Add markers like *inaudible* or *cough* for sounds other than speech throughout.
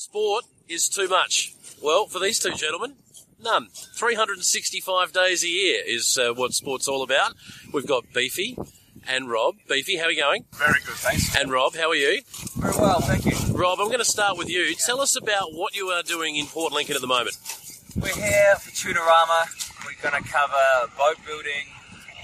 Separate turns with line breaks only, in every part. Sport is too much. Well, for these two gentlemen, none. 365 days a year is uh, what sport's all about. We've got Beefy and Rob. Beefy, how are you going?
Very good, thanks.
And Rob, how are you?
Very well, thank you.
Rob, I'm going to start with you. Tell us about what you are doing in Port Lincoln at the moment.
We're here for Tunarama. We're going to cover boat building,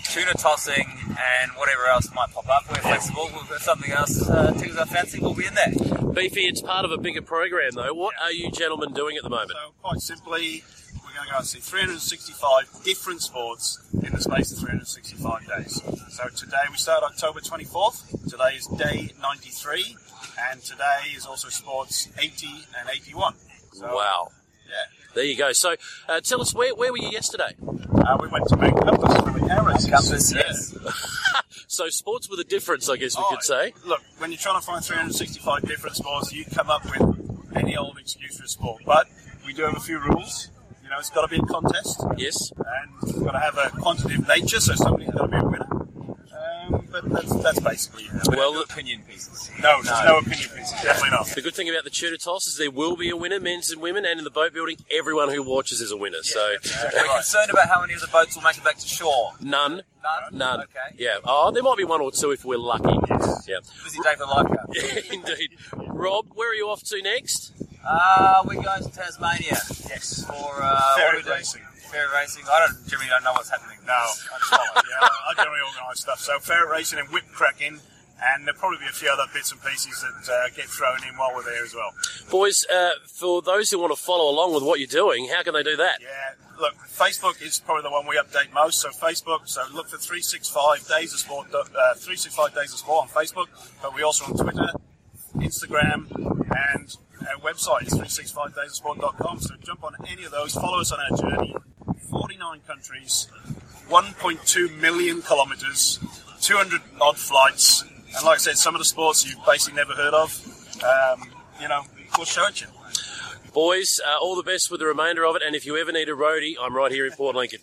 tuna tossing, and whatever else might pop up. We're flexible. We've got something else uh, tickles our fancy. We'll be in there.
Beefy, it's part of a bigger program though. What are you gentlemen doing at the moment?
So, quite simply, we're going to go and see 365 different sports in the space of 365 days. So, today we start October 24th. Today is day 93, and today is also sports 80 and 81. So,
Wow.
Yeah.
There you go. So, uh, tell us where, where were you yesterday?
Uh, we went to Mount Compass for the arrows.
Compass,
Yeah.
yes.
So, sports with a difference, I guess we could
Oh,
say.
Look, when you're trying to find 365 different sports, you come up with any old excuse for a sport. But we do have a few rules. You know, it's got to be a contest.
Yes.
and it's got to have a quantitative nature, so somebody's got to be a winner. Um, but that's, that's basically it.
Well,
Good opinion pieces.
No, there's no opinion pieces, definitely not.
The good thing about the tuna toss is there will be a winner, men's and women, and in the boat building, everyone who watches is a winner. So
Uh, We're concerned about how many of the boats will make it back to shore.
none,
None?
none.
Okay.
Yeah. Oh, there might be one or two if we're lucky. Yeah. *laughs*
Busy day for the lifeguard.
Indeed. Rob, where are you off to next?
Uh, we're going to Tasmania
Yes.
for uh,
Ferry
what are we doing?
racing.
Ferry racing. I don't, Jimmy, don't know what's happening.
No, I just follow. yeah, I generally organise stuff. So ferret racing and whip cracking, and there'll probably be a few other bits and pieces that uh, get thrown in while we're there as well.
Boys, uh, for those who want to follow along with what you're doing, how can they do that?
Yeah, look, Facebook is probably the one we update most. So Facebook, so look for 365 Days of Sport, uh, 365 Days of Sport on Facebook, but we also on Twitter, Instagram, and our website is 365daysofsport.com. So jump on any of those, follow us on our journey. 49 countries, 1.2 million kilometres, 200 odd flights, and like I said, some of the sports you've basically never heard of. Um, you know, we'll show it you.
Boys, uh, all the best with the remainder of it, and if you ever need a roadie, I'm right here in Port Lincoln.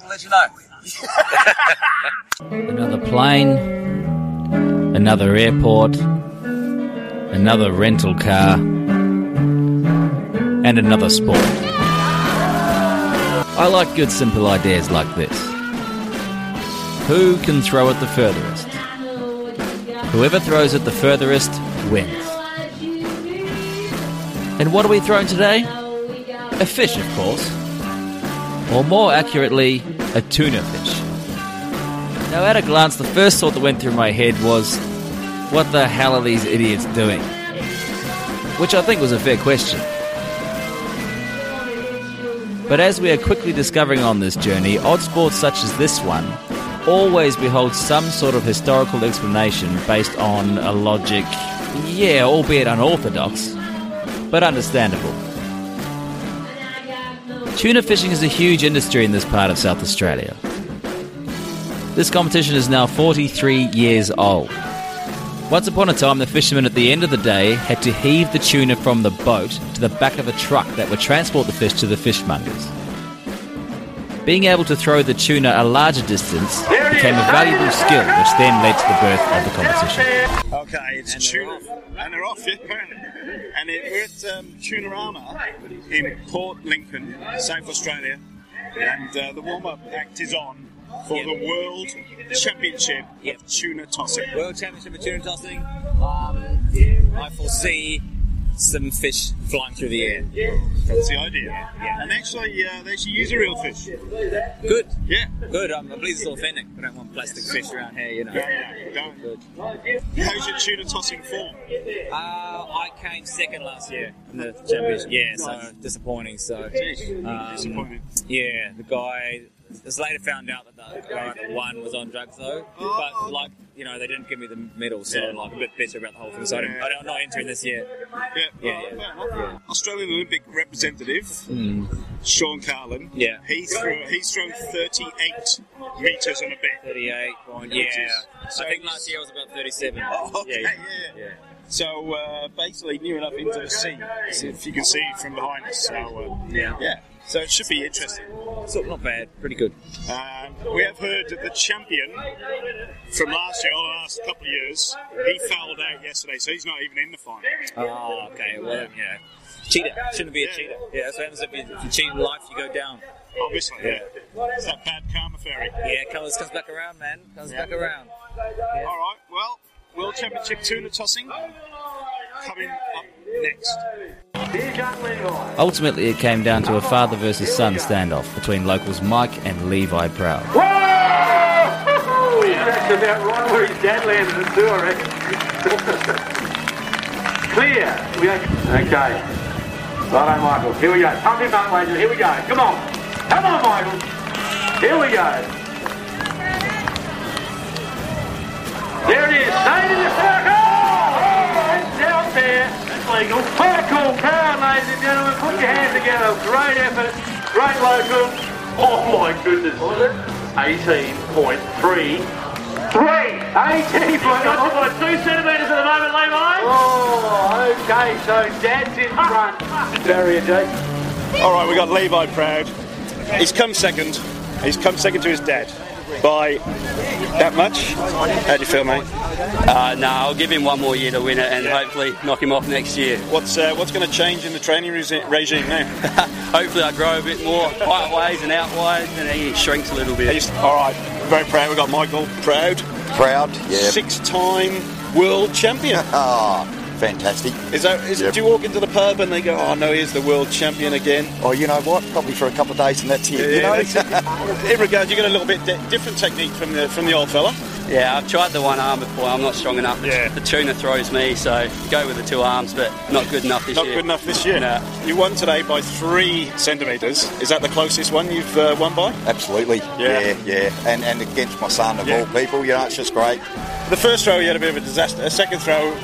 We'll let you know.
another plane, another airport, another rental car, and another sport. I like good simple ideas like this. Who can throw it the furthest? Whoever throws it the furthest wins. And what are we throwing today? A fish, of course. Or more accurately, a tuna fish. Now, at a glance, the first thought that went through my head was, what the hell are these idiots doing? Which I think was a fair question. But as we are quickly discovering on this journey, odd sports such as this one always behold some sort of historical explanation based on a logic, yeah, albeit unorthodox, but understandable. Tuna fishing is a huge industry in this part of South Australia. This competition is now 43 years old. Once upon a time, the fishermen at the end of the day had to heave the tuna from the boat to the back of a truck that would transport the fish to the fishmongers. Being able to throw the tuna a larger distance became a valuable skill, which then led to the birth of the competition.
Okay, it's Tuna, and they're off, yeah. And it, we're at um, Tunarama in Port Lincoln, South Australia, and uh, the warm-up act is on for the World Championship of Tuna Tossing.
World Championship of Tuna Tossing. Um, I foresee some fish flying through the air.
That's the idea. And actually, uh, they actually use a real fish.
Good,
Yeah.
good. I'm pleased it's authentic. We don't want plastic fish around here, you know.
Yeah, yeah, don't. How's your tuna tossing form?
Uh, I came second last year in the championship. Yeah, so disappointing. So, um,
Disappointing.
yeah, the guy. It was later found out that the guy that won was on drugs though, but like you know they didn't give me the medal, so I'm like a bit bitter about the whole thing. So I don't, I don't, I'm not entering this year.
Yeah,
Yeah,
well,
yeah. Hmm.
fair enough. Australian Olympic representative Sean Carlin.
Yeah.
he threw he's thrown 38 meters on a bit.
38 point, yeah.
So
I think last year I was about 37.
Oh, *laughs* okay, yeah, yeah.
yeah.
So uh, basically, near enough into the sea, so if you can see from behind us. So uh,
Yeah.
yeah, so it should be interesting.
So not bad, pretty good.
Um, We have heard that the champion from last year, or last couple of years, he fouled out yesterday, so he's not even in the final.
Oh, okay. Well, you know, cheater shouldn't be a
Yeah.
cheater. Yeah, that's what happens if you, if you cheat in life. You go down.
Obviously, yeah. It's that bad karma fairy.
Yeah, it comes comes back around, man. Comes back around.
All right, well, World Championship tuna tossing coming up next.
Ultimately, it came down to a father versus son standoff between locals Mike and Levi Proud.
*laughs* He's actually about right where his dad landed it too, I reckon. Clear. We are... Okay. Righto, Michael. Here we go. Pump him up, ladies. Here we go. Come on. Come on, Michael. Here we go. There it is. Stayed in the circle. Oh, it's out there. That's legal. Michael Power, ladies and gentlemen. Put your hands together. Great effort. Great local. Oh, my goodness. 18.3. Three! 18 point what, two centimetres at the moment, Levi? Oh, okay, so Dad's in *laughs* front. Barrier, Jake.
All right, we got Levi Proud. He's come second. He's come second to his dad by that much. How do you feel, mate?
Uh, no, I'll give him one more year to win it and
Yeah.
hopefully knock him off next year. *laughs*
What's uh, what's going to change in the training resi- regime now?
*laughs*
Hopefully, I grow a bit more height ways and out ways and he shrinks a little bit.
He's, all right, very proud. We got Michael Proud,
Proud, yeah.
six-time world champion.
*laughs* Ah, fantastic.
Is that? Is,
Yep.
Do you walk into the pub and they go, "Oh no, he's the world champion again"?
Oh, you know what? Probably for a couple of days and that's it. you know?
that's *laughs* it. in regards, you got a little bit di- different technique from the from the old fella.
Yeah, I've tried the one arm before. I'm not strong enough.
Yeah.
The tuna throws me, so go with the two arms, but not good enough this
Not
year.
good enough this year.
No.
You won today by three centimetres. Is that the closest one you've uh, won by?
Absolutely.
Yeah.
yeah, And and against my son of
Yeah.
all people, you know, it's just great.
The first throw you had a bit of a disaster. The second throw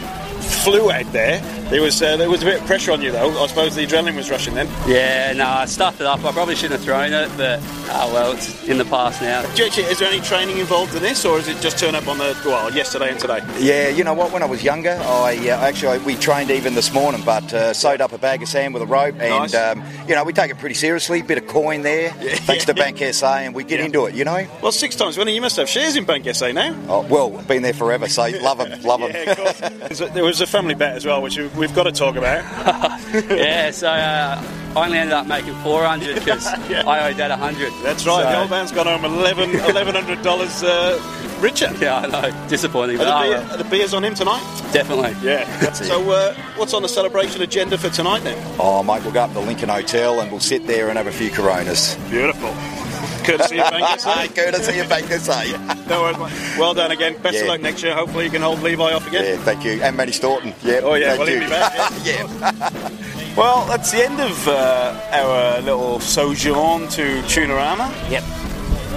flew out there. There was uh, there was a bit of pressure on you though. I suppose the adrenaline was rushing then.
Yeah, no, I stuffed it up. I probably shouldn't have thrown it, but ah, well, it's in the
*laughs*
past now.
Do you actually, is there any training involved in this, or is it just turn up on the well yesterday and today?
Yeah, you know what? When I was younger, I uh, actually I, we trained even this morning, but uh, sewed up a bag of sand with a rope, and
Nice.
um, you know we take it pretty seriously. Bit of coin
*laughs*
there, thanks to Bank SA, and we get
Yeah.
into it. You know,
Well, six times winning. You must have shares in Bank SA now.
oh, well, been there forever, so love them, love them.
Yeah, of course. *laughs* there was a family bet as well, which we- we've got to talk about.
yeah, so uh, I only ended up making 400 because
*laughs* Yeah.
I owed that 100.
That's right.
So-
The old man's gone home eleven eleven hundred dollars uh, richer.
Yeah, I know. Disappointing,
Are
but
the,
ah,
beer,
well,
are the beers on him tonight?
definitely.
Yeah.
it.
So, uh, what's on the celebration agenda for tonight then?
Oh, mate, we'll go up to the Lincoln Hotel and we'll sit there and have a few Coronas.
Beautiful. Courtesy of
*laughs*
Bank SA.
Courtesy of Bank SA.
No worries, mate. Well done again. Best of
Yeah.
luck next year. Hopefully, you can hold Levi off again.
Yeah, thank you. And Matty Staunton. Yeah.
Oh, yeah,
Thank
well, he'll
you.
be back,
yeah.
Well, that's the end of uh, our little sojourn to Tunarama.
Yep.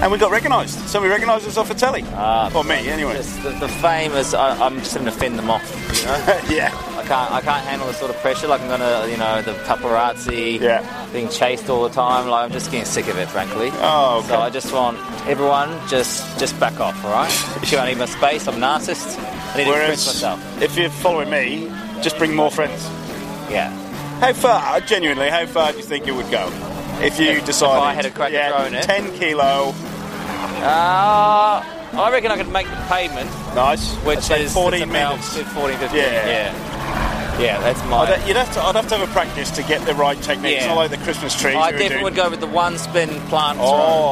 And we got recognised. Somebody recognised us off the telly.
Ah,
or me, anyway.
Just the, the famous. I, I'm just going to fend them off. You know.
yeah.
I can't, I can't handle the sort of pressure. Like I'm gonna, you know, the paparazzi,
Yeah.
being chased all the time. Like I'm just getting sick of it, frankly.
Oh, okay.
So I just want everyone just, just back off, all right? if you want to need my space, I'm a narcissist. I need to express
Whereas,
myself.
if you're following me, just bring more friends.
Yeah.
How far, uh, genuinely, how far do you think it would go if you decided?
had a crack at
yeah,
throwing it?
10 kilo,
Uh, I reckon I could make the payment,
nice.
which is
That's like
it's
14
about
minutes.
14, 15.
Yeah.
Yeah. yeah. that's my.
I'd, you'd have to, I'd have to have a practice to get the right technique. It's
Yeah.
not like the Christmas trees.
I
we were
definitely
doing.
would go with the one spin plant throw.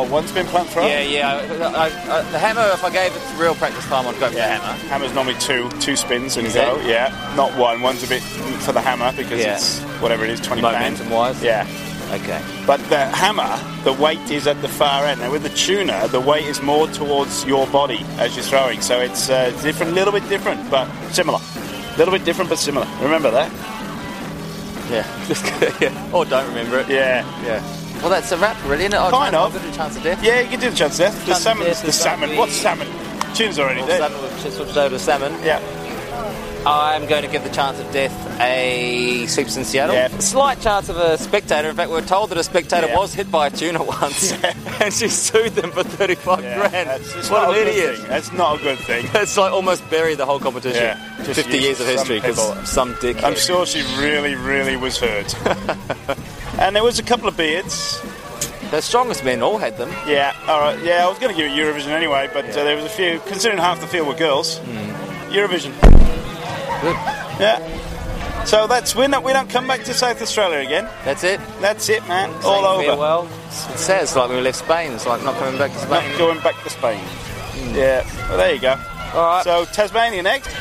Oh, one spin plant throw.
Yeah, yeah. I, I, I, the hammer, if I gave it real practice time, I'd go for
Yeah.
the hammer.
Hammer's normally two two spins and
Is
go.
it?
Yeah, not one. One's a bit for the hammer because
Yeah.
it's whatever it is, twenty pounds.
Momentum wise.
Yeah,
Okay.
but the hammer, the weight is at the far end. Now with the tuner, the weight is more towards your body as you're throwing, so it's uh, different, little bit different, but similar. Little bit different, but similar. Remember that? *laughs*
Yeah. yeah. *laughs* Or don't remember it.
Yeah,
Yeah. Well, that's a wrap, really, isn't it? Oh,
Kind
chance-
of.
I've got a chance of death.
yeah. You can do the chance death. The
Chance of
salmon.
death
The
is
salmon.
gonna
What's
be-
salmon? Tune's already
Well,
dead.
suddenly we've just switched over to salmon.
Yeah.
I'm going to give the chance of death a Sleeps in Seattle.
Yeah.
Slight chance of a spectator. In fact, we are told that a spectator
Yeah.
was hit by a tuna once, *laughs* and she sued them for 35
Yeah,
*laughs* grand.
that's- it's
what
not a
an
good
idiot!
thing. That's not a good thing.
That's like almost buried the whole competition.
Yeah, just
50 years of
some
history
people- Um,
because some dick. *laughs*
I'm sure she really, really was hurt. and there was a couple of beards.
The strongest men all had them.
Yeah, all right. Yeah, I was going to give it Eurovision anyway, but uh, there was a few. Considering half the field were girls,
Hmm.
Eurovision. Yeah. So that's we don't we don't come back to South Australia again.
That's it.
That's it, man. All
Saying
over.
Farewell. It's it's sad. It's like we left Spain. It's like not coming back to Spain.
Not going back to Spain. Yeah. Well, there you go.
Hmm. All right.
So Tasmania next.